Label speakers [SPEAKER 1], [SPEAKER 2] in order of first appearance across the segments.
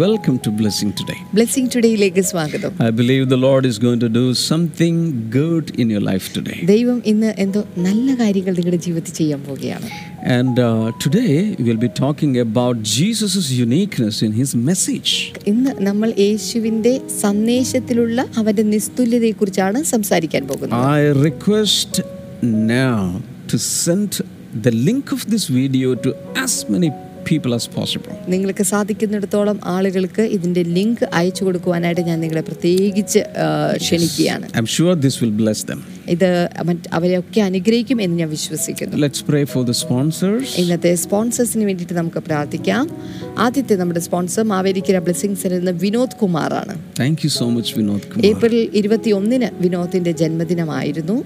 [SPEAKER 1] Welcome to Blessing Today.
[SPEAKER 2] Blessing ടുഡേയിലേക്ക് സ്വാഗതം
[SPEAKER 1] I believe the Lord is going to do something good in your life today.
[SPEAKER 2] ദൈവം ഇന്ന് എന്തോ നല്ല കാര്യങ്ങൾ നിങ്ങളുടെ ജീവിതത്തിൽ ചെയ്യാൻ പോവുകയാണ്
[SPEAKER 1] And uh, today we'll be talking about Jesus' uniqueness in his message.
[SPEAKER 2] ഇന്ന് നമ്മൾ യേശുവിൻ്റെ സന്ദേശത്തിലുള്ള അവൻ്റെ നിസ്തുല്യതയെക്കുറിച്ചാണ് സംസാരിക്കാൻ പോകുന്നത്
[SPEAKER 1] I request now to send the link of this video to as many people as possible.
[SPEAKER 2] നിങ്ങൾക്ക് സാധിക്കുന്നിടത്തോളം ആളുകൾക്ക് ഇതിൻ്റെ ലിങ്ക് അയച്ചു കൊടുക്കുവാനായിട്ട് ഞാൻ നിങ്ങളെ പ്രത്യേകിച്ച് ആ, ക്ഷണിക്കുകയാണ്
[SPEAKER 1] I'm sure this will bless them.
[SPEAKER 2] ഇത് മറ്റ് അവരെയൊക്കെ അനുഗ്രഹിക്കും എന്ന് ഞാൻ വിശ്വസിക്കുന്നു
[SPEAKER 1] Let's pray for the sponsors.
[SPEAKER 2] ഇന്നത്തെ സ്പോൺസേഴ്സിന് വേണ്ടിയിട്ട് നമുക്ക് പ്രാർത്ഥിക്കാം ആദ്യത്തെ നമ്മുടെ സ്പോൺസർ മാവേലിക്കര ബ്ലെസ്സിംഗ് സെന്ററിൽ നിന്ന് വിനോദ് കുമാറാണ്
[SPEAKER 1] Thank you so much, Vinod Kumar.
[SPEAKER 2] April ഇരുപത്തി ഒന്നിന് വിനോദിന്റെ ജന്മദിനമായിരുന്നു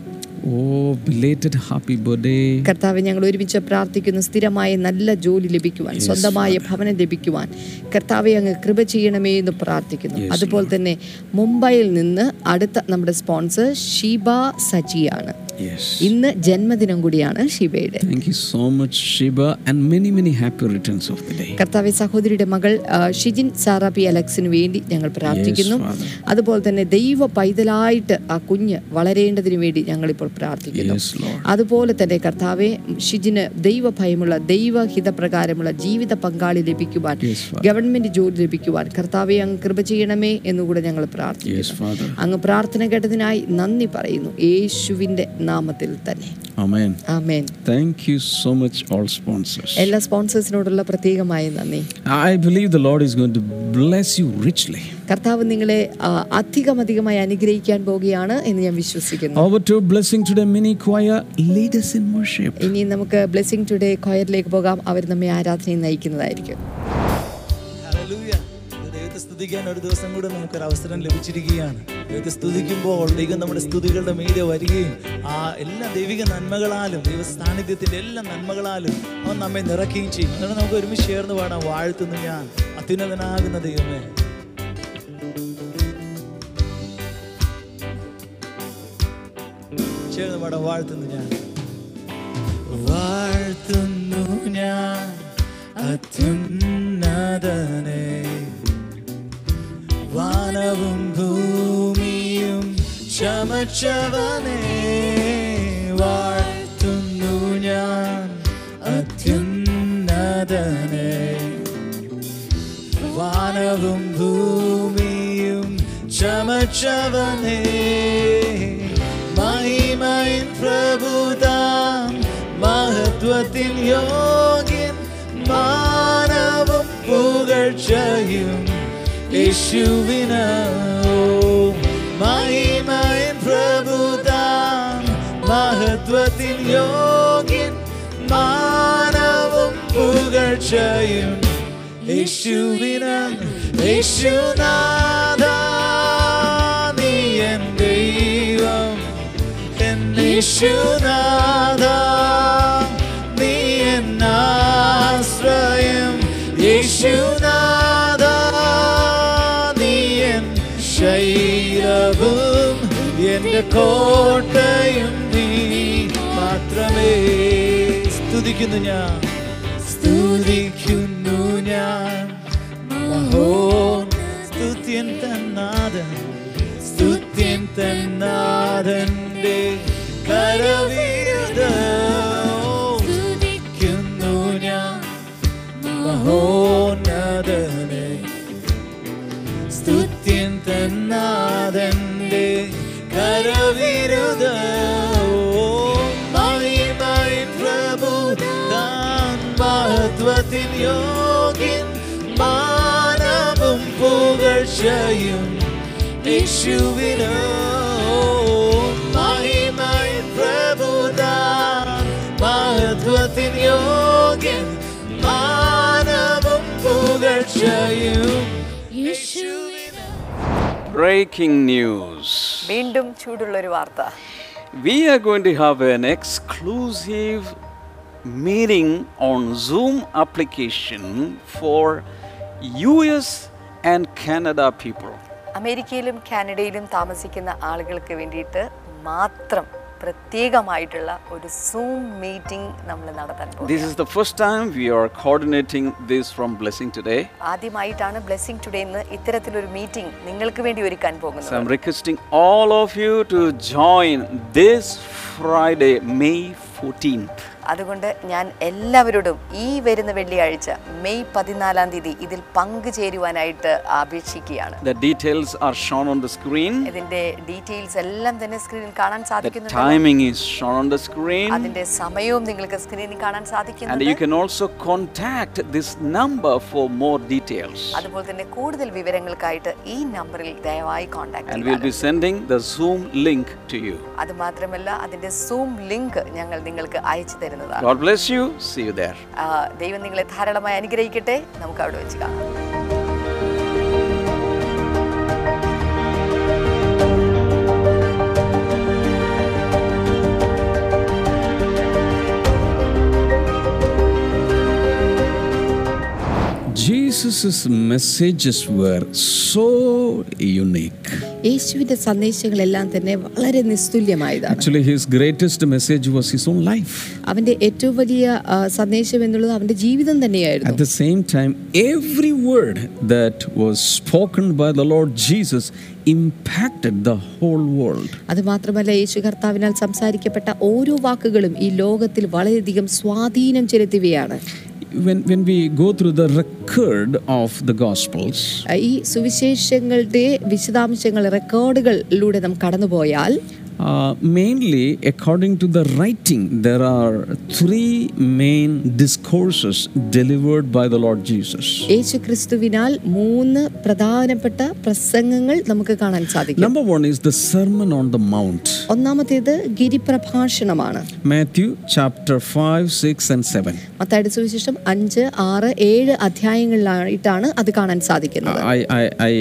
[SPEAKER 1] Oh, belated happy birthday.
[SPEAKER 2] കർത്താവ് ഞങ്ങൾ ഒരുമിച്ച് പ്രാർത്ഥിക്കുന്നു സ്ഥിരമായ നല്ല ജോലി ലഭിക്കുവാൻ സ്വന്തമായ ഭവനം ലഭിക്കുവാൻ കർത്താവെ അങ്ങ് കൃപ ചെയ്യണമേ എന്ന് പ്രാർത്ഥിക്കുന്നു അതുപോലെ തന്നെ മുംബൈയിൽ നിന്ന് അടുത്ത നമ്മുടെ സ്പോൺസർ ഷീബ സജിയാണ്
[SPEAKER 1] Yes.
[SPEAKER 2] ഇന്ന് ജന്മദിനം കൂടിയാണ് ഷീബയുടെ
[SPEAKER 1] Thank you so much, Shiba, and many, many happy returns of the day.
[SPEAKER 2] കർത്താവെ സഹോദരിയുടെ മകൾ ആ, ഷിജിൻ സാറ പി അലക്സിന് വേണ്ടി ഞങ്ങൾ പ്രാർത്ഥിക്കുന്നു
[SPEAKER 1] Father.
[SPEAKER 2] അതുപോലെ തന്നെ ദൈവ പൈതലായിട്ട് ആ കുഞ്ഞ് വളരേണ്ടതിന് വേണ്ടി ഞങ്ങളിപ്പോൾ പ്രാർത്ഥിക്കുന്നു
[SPEAKER 1] Yes, Lord.
[SPEAKER 2] അതുപോലെ തന്നെ കർത്താവെ ഷിജിന് ദൈവഭയമുള്ള ദൈവഹിതപ്രകാരമുള്ള ജീവിത പങ്കാളി ലഭിക്കുവാൻ
[SPEAKER 1] Yes, Father.
[SPEAKER 2] ഗവൺമെന്റ് ജോലി ലഭിക്കുവാൻ കർത്താവെ അങ്ങ് കൃപ ചെയ്യണമേ എന്നുകൂടെ ഞങ്ങൾ
[SPEAKER 1] Yes,
[SPEAKER 2] പ്രാർത്ഥിക്കുന്നു
[SPEAKER 1] Father.
[SPEAKER 2] അങ്ങ് പ്രാർത്ഥന കേട്ടതിനായി നന്ദി പറയുന്നു യേശുവിന്റെ നാമത്തിൽ തന്നെ
[SPEAKER 1] Amen.
[SPEAKER 2] Amen
[SPEAKER 1] Thank you so much, all sponsors.
[SPEAKER 2] എല്ലാ സ്പോൺസേഴ്സിനോടുള്ള പ്രത്യേകമായ നന്ദി
[SPEAKER 1] I believe the Lord is going to bless you richly.
[SPEAKER 2] കർത്താവ് നിങ്ങളെ ആ, അധികം അധികമായി അനുഗ്രഹിക്കാൻ പോവുകയാണ് എന്ന് ഞാൻ വിശ്വസിക്കുന്നു
[SPEAKER 1] Over to blessing today, mini choir, lead us in worship.
[SPEAKER 2] ഇനി നമുക്ക് ബ്ലെസ്സിംഗ് ടുഡേ കൊയറിലേക്ക് പോകാം അവർ നമ്മെ ആരാധനയിൽ നയിക്കുന്നതായിരിക്കും
[SPEAKER 3] ഹല്ലേലൂയ. ദൈവത്തെ സ്തുതിക്കാൻ ഒരു ദിവസം കൂടെ നമുക്കൊരു അവസരം ലഭിച്ചിരിക്കുകയാണ് ദൈവത്തെ സ്തുതിക്കുമ്പോൾ ദൈവം നമ്മുടെ സ്തുതികളുടെ മീതെ വരികയും ആ എല്ലാ ദൈവിക നന്മകളാലും ദൈവ സാന്നിധ്യത്തിൻ്റെ എല്ലാ നന്മകളാലും അവൻ നമ്മെ നിറയ്ക്കുകയും ചെയ്യും എന്നിട്ട് നമുക്ക് ഒരുമിച്ച് ചേർന്ന് പാടാം വാഴ്ത്തുന്നു ഞാൻ അത്യുന്നതനാകുന്ന ദൈവമേ ചേർന്ന് പാടാം വാഴ്ത്തുന്നു ഞാൻ വാഴ്ത്തുന്നു ഞാൻ അത്യുന്നതനെ വാനവും ഭൂമിയും ചമച്ചവനെ വാഴ്ത്തുന്നു ഞാൻ അത്യുന്നതനെ വാനവും ഭൂമിയും ചമച്ചവനേ മഹിമയിൻ പ്രഭുതാം മഹത്വത്തിൽ യോഗ്യൻ മാനവും പുകഴ്ചയും യേശുവിന് മഹിമയിൻ പ്രഭുതാം മഹത്വത്തിൽ യോഗ്യൻ മാനവും പുകഴ്ചയും യേശുവിന് യേശുനാഥ നീ എൻ ദൈവം എൻ യേശുനാഥ നീ എൻ ആശ്രയം യേശുനാഥ നീ എൻ ശൈലവും എന്റെ കോട്ടയും നീ മാത്രമേ സ്തുതിക്കുന്നു ഞാൻ സ്തുതിക്കുന്നു ഞാൻ മഹോ സ്തുത്യൻ തന്നാഥൻ സ്തുത്യൻ തന്നാഥൻ്റെ കരവീത സ്തുതിക്കുന്നു ഞാൻ മഹോന്നതനെ സ്തുത്യൻ തന്നാഥൻ്റെ കരവിരുത പ്രഭു താൻ മഹത്വത്തിൻ യോഗ്യൻ മാനവും പുകഴ്ചയും യേശുവിനോ മഹിമൈ പ്രഭു താൻ മഹത്വത്തിൻ യോഗ്യൻ മാനവും പുകഴ്ചയും
[SPEAKER 1] Breaking news.
[SPEAKER 4] വീണ്ടും ചൂടുള്ളൊരു വാർത്ത
[SPEAKER 1] We are going to have an exclusive meeting on Zoom application for US and Canada people.
[SPEAKER 4] അമേരിക്കയിലും കാനഡയിലും താമസിക്കുന്ന ആളുകൾക്ക് വേണ്ടിയിട്ട് മാത്രം പ്രത്യേകമായിട്ടുള്ള ഒരു സൂം മീറ്റിംഗ് നമ്മൾ നടത്താൻ പോകും
[SPEAKER 5] This is the first time we are coordinating this from Blessing today.
[SPEAKER 4] ആദ്യമായിട്ടാണ് ബ്ലെസ്സിംഗ് ടുഡേ എന്ന് ഇത്തരത്തിലൊരു മീറ്റിംഗ് നിങ്ങൾക്ക് വേണ്ടി ഒരുക്കാൻ
[SPEAKER 5] So I'm
[SPEAKER 4] പോകുന്നത്
[SPEAKER 5] requesting all of you to join this Friday, May 14th.
[SPEAKER 4] അതുകൊണ്ട് ഞാൻ എല്ലാവരോടും ഈ വരുന്ന വെള്ളിയാഴ്ച മെയ് പതിനാലാം തീയതി ഇതിൽ പങ്കുചേരുവാനായിട്ട് അപേക്ഷിക്കുകയാണ്
[SPEAKER 5] The details are shown on the screen.
[SPEAKER 4] ഇതിന്റെ ഡീറ്റെയിൽസ് എല്ലാം തന്നെ സ്ക്രീനിൽ കാണാൻ
[SPEAKER 5] The
[SPEAKER 4] സാധിക്കുന്നുണ്ട്
[SPEAKER 5] timing is shown on the screen.
[SPEAKER 4] അതിന്റെ സമയവും നിങ്ങൾക്ക് സ്ക്രീനിൽ കാണാൻ
[SPEAKER 5] And you
[SPEAKER 4] സാധിക്കുന്നുണ്ട്
[SPEAKER 5] can also contact this number for more details.
[SPEAKER 4] അതുപോലെ തന്നെ കൂടുതൽ വിവരങ്ങൾക്കായിട്ട് ഈ നമ്പറിൽ ദയവായി
[SPEAKER 5] And we'll
[SPEAKER 4] contact
[SPEAKER 5] be sending the Zoom link to you.
[SPEAKER 4] അത് മാത്രമല്ല അതിന്റെ സൂം ലിങ്ക് ഞങ്ങൾ നിങ്ങൾക്ക് അയച്ചു തരുന്നതാണ്
[SPEAKER 5] God bless you. See you there.
[SPEAKER 4] ആ, ദൈവം നിങ്ങളെ ധാരാളമായി അനുഗ്രഹിക്കട്ടെ നമുക്ക് അവിടെ വെച്ച് കാണാം
[SPEAKER 1] Jesus' messages were so unique.
[SPEAKER 2] യേശുവിന്റെ സന്ദേശങ്ങളെല്ലാം തന്നെ വളരെ നിസ്തുല്യമായതാണ്
[SPEAKER 1] Actually, his greatest message was his own life.
[SPEAKER 2] അവന്റെ ഏറ്റവും വലിയ ആ, സന്ദേശം എന്നുള്ളത് അവന്റെ ജീവിതം തന്നെയായിരുന്നു
[SPEAKER 1] At the same time, every word that was spoken by the Lord Jesus impacted the whole world.
[SPEAKER 2] അത് മാത്രമല്ല യേശു കർത്താവിനാൽ സംസാരിക്കപ്പെട്ട ഓരോ വാക്കുകളും ഈ ലോകത്തിൽ വളരെയധികം സ്വാധീനം ചെലുത്തുകയാണ്
[SPEAKER 1] When, when we go through the record of the Gospels,
[SPEAKER 2] ആ, ഈ സുവിശേഷങ്ങളുടെ വിശദാംശങ്ങൾ റെക്കോർഡുകളിലൂടെ നാം കടന്നുപോയാൽ
[SPEAKER 1] uh, mainly according to the writing, there are three main discourses delivered by the Lord Jesus.
[SPEAKER 2] യേശു ക്രിസ്തുവിനാൽ മൂന്ന് പ്രധാനപ്പെട്ട പ്രസംഗങ്ങൾ നമുക്ക് കാണാൻ സാധിക്കും
[SPEAKER 1] Number one is the Sermon on the Mount,
[SPEAKER 2] ഒന്നാമത്തേത് ഗിരിപ്രഭാഷണമാണ്
[SPEAKER 1] Matthew chapter 5, 6, and 7.
[SPEAKER 2] മത്തായുടെ സുവിശേഷം അഞ്ച് ആറ് ഏഴ് അധ്യായങ്ങളിലായിട്ടാണ് അത് കാണാൻ സാധിക്കുന്നത്
[SPEAKER 1] I, I, I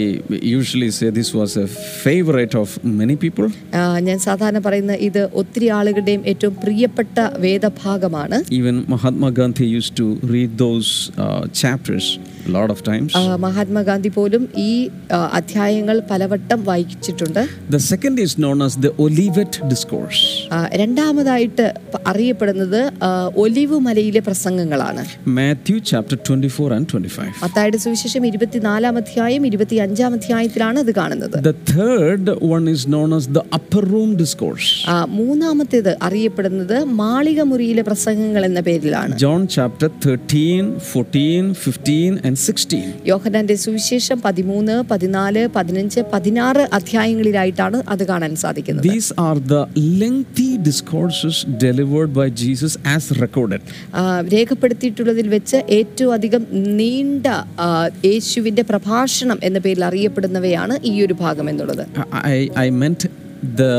[SPEAKER 1] usually say this was a favorite of many people.
[SPEAKER 2] ആ, ഞാൻ സാധാരണ പറയുന്ന ഇത് ഒത്തിരി ആളുകളുടെയും ഏറ്റവും പ്രിയപ്പെട്ട വേദഭാഗമാണ്
[SPEAKER 1] Even Mahatma Gandhi used to read those uh, chapters a lot of times.
[SPEAKER 2] ആ, മഹാത്മാഗാന്ധി പോലും ഈ ആ, അധ്യായങ്ങൾ പലവട്ടം വായിച്ചിട്ടുണ്ട്
[SPEAKER 1] The second is known as the Olivet Discourse.
[SPEAKER 2] ആ, രണ്ടാമതായിട്ട് പ- അറിയപ്പെടുന്നത് ആ, ഒലിവ് മലയിലെ പ്രസംഗങ്ങളാണ്
[SPEAKER 1] Matthew chapter 24 and 25.
[SPEAKER 2] മത്തായുടെ സുവിശേഷം ഇരുപത്തിനാലാം അധ്യായം ഇരുപത്തി അഞ്ചാം അധ്യായത്തിലാണ് അത് കാണുന്നത്
[SPEAKER 1] The third one is known as the Upper Room Discourse.
[SPEAKER 2] ആ, മൂന്നാമത്തേത് അറിയപ്പെടുന്നത് മാളിക മുറിയിലെ പ്രസംഗങ്ങൾ എന്ന പേരിലാണ്
[SPEAKER 1] John chapter 13, 14, 15, and 16.
[SPEAKER 2] യോഹനാന്റെ സുവിശേഷം പതിമൂന്ന് പതിനാല് പതിനഞ്ച് പതിനാറ് അധ്യായങ്ങളിലായിട്ടാണ് അത് കാണാൻ സാധിക്കുന്നത്
[SPEAKER 1] These are the lengthy discourses delivered by Jesus as recorded.
[SPEAKER 2] ആ, രേഖപ്പെടുത്തിയിട്ടുള്ളതിൽ വെച്ച് ഏറ്റവും അധികം നീണ്ട ആ, യേശുവിന്റെ പ്രഭാഷണം എന്ന പേരിൽ അറിയപ്പെടുന്നവയാണ് ഈ ഒരു ഭാഗം എന്നുള്ളത്
[SPEAKER 1] I, I meant the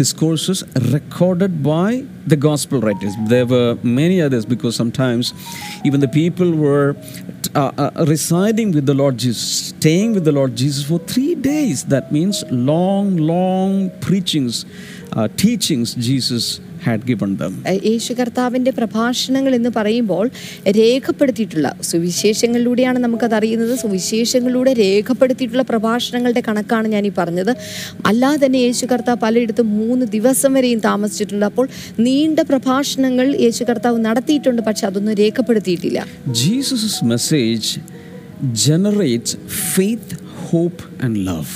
[SPEAKER 1] discourses recorded by the gospel writers. There were many others because sometimes even the people were uh, uh, residing with the Lord Jesus, staying with the Lord Jesus for three days. That means long, long preachings, uh, teachings Jesus had given them.
[SPEAKER 2] ആ, യേശു കർത്താവിന്റെ പ്രഭാഷണങ്ങൾ എന്ന് പറയുമ്പോൾ രേഖപ്പെടുത്തിയിട്ടുള്ള സുവിശേഷങ്ങളിലൂടെയാണ് നമുക്കത് അറിയുന്നത് സുവിശേഷങ്ങളിലൂടെ രേഖപ്പെടുത്തിയിട്ടുള്ള പ്രഭാഷണങ്ങളുടെ കണക്കാണ് ഞാൻ ഈ പറഞ്ഞത് അല്ലാതെ തന്നെ യേശു കർത്താവ് പലയിടത്തും മൂന്ന് ദിവസം വരെയും താമസിച്ചിട്ടുണ്ട് അപ്പോൾ നീണ്ട പ്രഭാഷണങ്ങൾ യേശു കർത്താവ് നടത്തിയിട്ടുണ്ട് പക്ഷെ അതൊന്നും രേഖപ്പെടുത്തിയിട്ടില്ല
[SPEAKER 1] Jesus' message generates faith, hope, and love.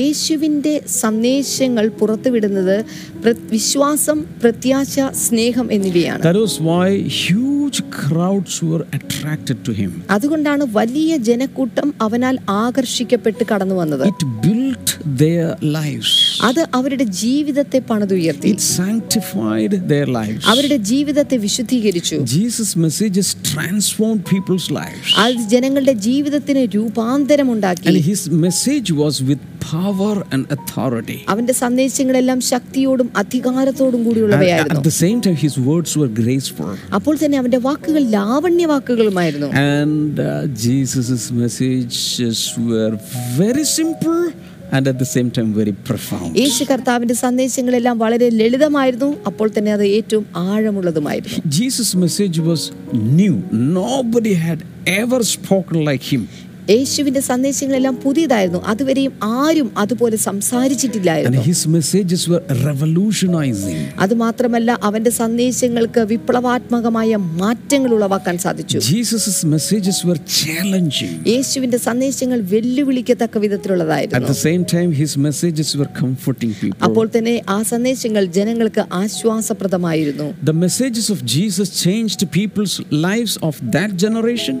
[SPEAKER 2] യേശുവിൻ്റെ സന്ദേശങ്ങൾ പുറത്തുവിടുന്നത് പ്ര- വിശ്വാസം പ്രത്യാശ സ്നേഹം എന്നിവയാണ്
[SPEAKER 1] That was why huge crowds were attracted to him.
[SPEAKER 2] അതുകൊണ്ടാണ് വലിയ ജനക്കൂട്ടം അവനാൽ ആകർഷിക്കപ്പെട്ട് കടന്നു വന്നത്
[SPEAKER 1] It built their lives.
[SPEAKER 2] അത് അവരുടെ ജീവിതത്തെ പണിതുയർത്തി
[SPEAKER 1] It sanctified their lives.
[SPEAKER 2] അവരുടെ ജീവിതത്തെ വിശുദ്ധീകരിച്ചു
[SPEAKER 1] Jesus' messages transformed people's lives.
[SPEAKER 2] അത് ജനങ്ങളുടെ ജീവിതത്തിന് രൂപാന്തരമുണ്ടാക്കി
[SPEAKER 1] And his message was with power and authority.
[SPEAKER 2] അവന്റെ സന്ദേശങ്ങളെല്ലാം ശക്തിയോടും അധികാരത്തോടും
[SPEAKER 1] And
[SPEAKER 2] കൂടിയുള്ളവയായിരുന്നു
[SPEAKER 1] at the same time, his words were graceful.
[SPEAKER 2] അപ്പോൾ തന്നെ അവന്റെ വാക്കുകൾ ലാവണ്യ വാക്കുകളുമായിരുന്നു
[SPEAKER 1] And uh, Jesus' messages were very simple and at the same time very profound.
[SPEAKER 2] യേശു കർത്താവിന്റെ സന്ദേശങ്ങളെല്ലാം വളരെ ലളിതമായിരുന്നു അപ്പോൾ തന്നെ അത് ഏറ്റവും ആഴമുള്ളതുമായിരുന്നു
[SPEAKER 1] Jesus' message was new. Nobody had ever spoken like him.
[SPEAKER 2] യേശുവിന്റെ സന്ദേശങ്ങളെല്ലാം പുതിയതായിരുന്നു അതുവരെയും ആരും അതുപോലെ
[SPEAKER 1] And
[SPEAKER 2] സംസാരിച്ചിട്ടില്ലായിരുന്നു
[SPEAKER 1] his messages were revolutionizing.
[SPEAKER 2] അതുമാത്രമല്ല അവന്റെ സന്ദേശങ്ങൾക്ക് വിപ്ലവാത്മകമായ മാറ്റങ്ങൾ ഉളവാക്കാൻ സാധിച്ചു
[SPEAKER 1] Jesus' messages were challenging.
[SPEAKER 2] യേശുവിന്റെ സന്ദേശങ്ങൾ വെല്ലുവിളിക്കത്തക്ക
[SPEAKER 1] At the
[SPEAKER 2] വിധത്തിലുള്ളതായിരുന്നു
[SPEAKER 1] same time, his messages were comforting
[SPEAKER 2] അപ്പോൾ
[SPEAKER 1] people.
[SPEAKER 2] തന്നെ ആ സന്ദേശങ്ങൾ ജനങ്ങൾക്ക് ആശ്വാസപ്രദമായിരുന്നു
[SPEAKER 1] The messages of Jesus changed people's lives of that generation,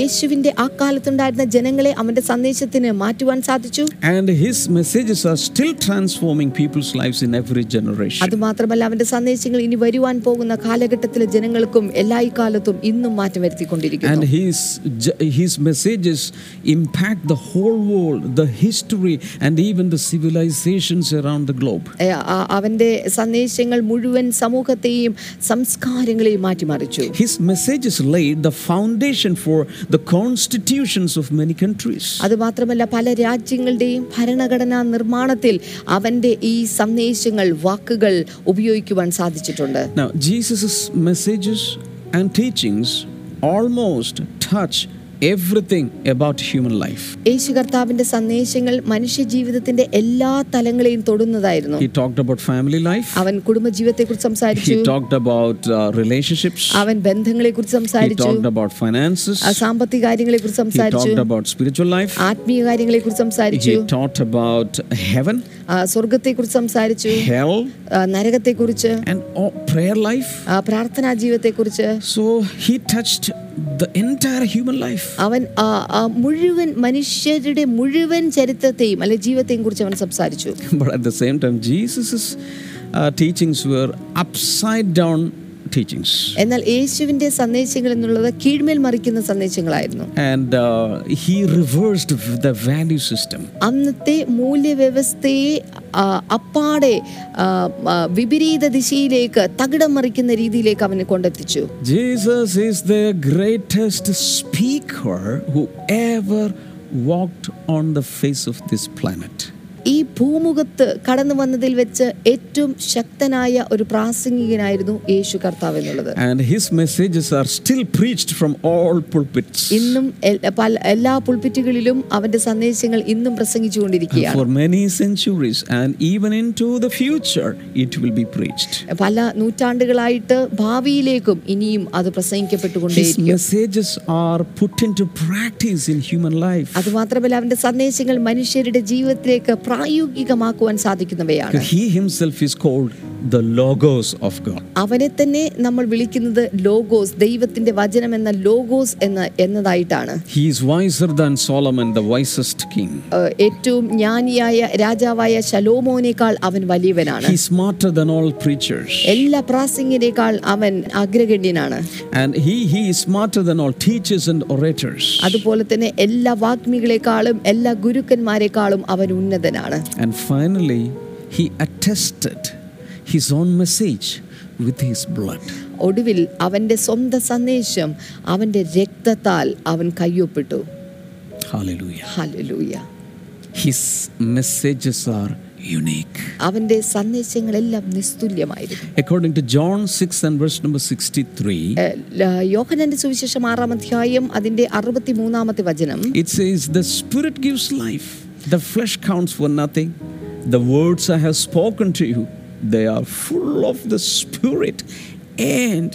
[SPEAKER 2] യേശുവിന്റെ ആ കാലത്തുണ്ടായിരുന്ന ജനങ്ങളെ അവന്റെ സന്ദേശത്തിന് മാറ്റുവാൻ സാധിച്ചു
[SPEAKER 1] and his messages are still transforming people's lives in every generation.
[SPEAKER 2] അതുമാത്രമല്ല അവന്റെ സന്ദേശങ്ങൾ ഇനി വരുവാൻ പോകുന്ന കാലഘട്ടത്തിലെ ജനങ്ങൾക്കും എല്ലാ കാലത്തും ഇന്നും മാറ്റം
[SPEAKER 1] And
[SPEAKER 2] വരുത്തിക്കൊണ്ടിരിക്കുന്നു
[SPEAKER 1] his, his messages impact the whole world, the history, and even the civilizations around the globe.
[SPEAKER 2] ഏ, ആ- അവന്റെ സന്ദേശങ്ങൾ മുഴുവൻ സമൂഹത്തെയും സംസ്കാരങ്ങളെയും മാറ്റിമറിച്ചു
[SPEAKER 1] His messages laid the foundation for the constitutions of many countries.
[SPEAKER 2] അതുമാത്രമല്ല പല രാജ്യങ്ങളുടെയും ഭരണഘടനാ നിർമ്മാണത്തിൽ അവന്റെ ഈ സന്ദേശങ്ങൾ വാക്കുകൾ ഉപയോഗിക്കുവാൻ സാധിച്ചിട്ടുണ്ട്
[SPEAKER 1] Now, Jesus' messages and teachings almost touch everything about human life.
[SPEAKER 2] യേശു കർത്താവിന്റെ സന്ദേശങ്ങൾ മനുഷ്യ ജീവിതത്തിന്റെ എല്ലാ തലങ്ങളെയും തൊടുന്നതായിരുന്നു
[SPEAKER 1] He talked about family life,
[SPEAKER 2] അവൻ കുടുംബജീവിതത്തെക്കുറിച്ച് സംസാരിച്ചു
[SPEAKER 1] he talked about uh, relationships,
[SPEAKER 2] അവൻ ബന്ധങ്ങളെക്കുറിച്ച്
[SPEAKER 1] he
[SPEAKER 2] സംസാരിച്ചു
[SPEAKER 1] talked about finances,
[SPEAKER 2] ആ സാമ്പത്തിക കാര്യങ്ങളെക്കുറിച്ച്
[SPEAKER 1] he talked
[SPEAKER 2] സംസാരിച്ചു
[SPEAKER 1] about spiritual life,
[SPEAKER 2] ആത്മീയ കാര്യങ്ങളെക്കുറിച്ച് സംസാരിച്ചു
[SPEAKER 1] he talked about heaven,
[SPEAKER 2] ആ, സ്വർഗത്തെക്കുറിച്ച് സംസാരിച്ചു
[SPEAKER 1] hell,
[SPEAKER 2] ആ, നരകത്തെക്കുറിച്ച്
[SPEAKER 1] and all- prayer life.
[SPEAKER 2] ആ, പ്രാർത്ഥനാ ജീവിതത്തെക്കുറിച്ച്
[SPEAKER 1] So, he touched the entire human life.
[SPEAKER 2] അവൻ ആ, ആ മുഴുവൻ മനുഷ്യരുടെ മുഴുവൻ ചരിത്രത്തെയും അല്ലെ ജീവിതത്തെയും കുറിച്ച് അവൻ സംസാരിച്ചു
[SPEAKER 1] but at the same time jesus' uh, teachings were upside down teachings
[SPEAKER 2] എന്നാൽ യേശുവിന്റെ സന്ദേശങ്ങൾ എന്നുള്ളത് കീഴ്മേൽ മറിക്കുന്ന സന്ദേശങ്ങളായിരുന്നു
[SPEAKER 1] and uh, he reversed the value system
[SPEAKER 2] അന്നത്തെ മൂല്യവ്യവസ്ഥയെ ആ, അപ്പാടെ ആ, ആ, വിപരീത ദിശയിലേക്ക് തകിടം മറിക്കുന്ന രീതിയിലേക്ക് അവനെ കൊണ്ടെത്തിച്ചു
[SPEAKER 1] jesus is the greatest speaker who ever walked on the face of this planet
[SPEAKER 2] ഈ ഭൂമുഖത്ത് കടന്നു വന്നതിൽ വെച്ച് ഏറ്റവും ശക്തനായ ഒരു പ്രാസംഗികനായിരുന്നു യേശു കർത്താവ് എന്നുള്ളത്
[SPEAKER 1] and his messages are still preached from all pulpits
[SPEAKER 2] ഇന്നും എൽ- പല- എല്ലാ പുൾപിറ്റുകളിലും അവന്റെ സന്ദേശങ്ങൾ ഇന്നും
[SPEAKER 1] And
[SPEAKER 2] പ്രസംഗിച്ചുകൊണ്ടിരിക്കുകയാണ്
[SPEAKER 1] for many centuries and even into the future it will be preached
[SPEAKER 2] പല നൂറ്റാണ്ടുകളായിട്ട് ഭാവിയിലേക്കും ഇനിയും അത് പ്രസംഗിക്കപ്പെട്ടുകൊണ്ടേയിരിക്കും
[SPEAKER 1] His messages are put into practice in human life.
[SPEAKER 2] അതുമാത്രമല്ല അവന്റെ സന്ദേശങ്ങൾ മനുഷ്യരുടെ ജീവിതത്തിലേക്ക് പ്രായോഗികമാക്കുവാൻ സാധിക്കുന്നവയാണ്
[SPEAKER 1] He himself is called the Logos of God.
[SPEAKER 2] അവനെ തന്നെ നമ്മൾ വിളിക്കുന്നത് ലോഗോസ് ദൈവത്തിന്റെ വചനം എന്ന ലോഗോസ് എന്ന എന്നതായിട്ടാണ്
[SPEAKER 1] He is wiser than Solomon, the wisest king.
[SPEAKER 2] ഏഹ് ഏറ്റവും ജ്ഞാനിയായ രാജാവായ ശലോമോനേക്കാൾ അവൻ വലിയവനാണ്
[SPEAKER 1] He is smarter than all preachers.
[SPEAKER 2] എല്ലാ പ്രാസംഗിനേക്കാൾ അവൻ അഗ്രഗണ്യനാണ്
[SPEAKER 1] And he, he is smarter than all teachers and orators.
[SPEAKER 2] അതുപോലെ തന്നെ എല്ലാ വാഗ്മികളെക്കാളും എല്ലാ ഗുരുക്കന്മാരെക്കാളും അവൻ ഉന്നതനാണ്
[SPEAKER 1] And finally, he attested his own message with his blood.
[SPEAKER 2] ഒടുവിൽ അവൻ്റെ സ്വന്തം സന്ദേശം അവൻ്റെ രക്തത്താൽ അവൻ കയ്യൊപ്പിട്ടു
[SPEAKER 1] Hallelujah.
[SPEAKER 2] ഹല്ലേലൂയ
[SPEAKER 1] His messages are unique.
[SPEAKER 2] അവൻ്റെ സന്ദേശങ്ങളെല്ലാം നിസ്തുല്യമായിരുന്നു
[SPEAKER 1] According to John 6 and verse number 63,
[SPEAKER 2] ഏ, ല- യോഹന്നാന്റെ സുവിശേഷം ആറാം അധ്യായം അതിൻ്റെ അറുപത്തി മൂന്നാമത്തെ വചനം
[SPEAKER 1] It says, The Spirit gives life, the flesh counts for nothing. The words I have spoken to you, they are full of the Spirit and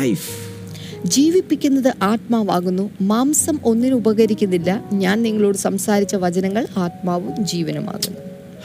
[SPEAKER 1] life.
[SPEAKER 2] ജീവിപ്പിക്കുന്നത് ആത്മാവാകുന്നു മാംസം ഒന്നിനും ഉപകരിക്കുന്നില്ല ഞാൻ നിങ്ങളോട് സംസാരിച്ച വചനങ്ങൾ ആത്മാവും ജീവനുമാകുന്നു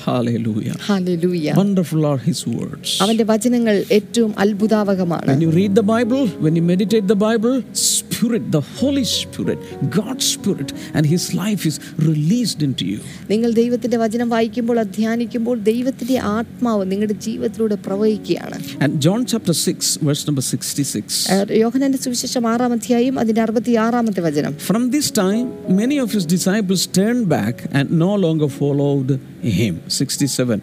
[SPEAKER 1] Hallelujah.
[SPEAKER 2] ഹല്ലേലൂയ
[SPEAKER 1] Wonderful are His words.
[SPEAKER 2] അവൻ്റെ വചനങ്ങൾ ഏറ്റവും അത്ഭുതാവകമാണ്
[SPEAKER 1] When you read the Bible, when you meditate the Bible, Spirit, the Holy Spirit, God's Spirit, and His life is released into you.
[SPEAKER 2] നിങ്ങൾ ദൈവത്തിന്റെ വചനം വായിക്കുമ്പോൾ അധ്യാനിക്കുമ്പോൾ ദൈവത്തിന്റെ ആത്മാവ് നിങ്ങളുടെ ജീവിതത്തിലൂടെ പ്രവഹിക്കുകയാണ്
[SPEAKER 1] And John chapter 6, verse number 66.
[SPEAKER 2] ഏഹ് യോഹന്നാന്റെ സുവിശേഷം ആറാം അധ്യായം അതിന്റെ അറുപത്തി ആറാമത്തെ വചനം
[SPEAKER 1] From this time, many of his disciples turned back and no longer followed him. 67.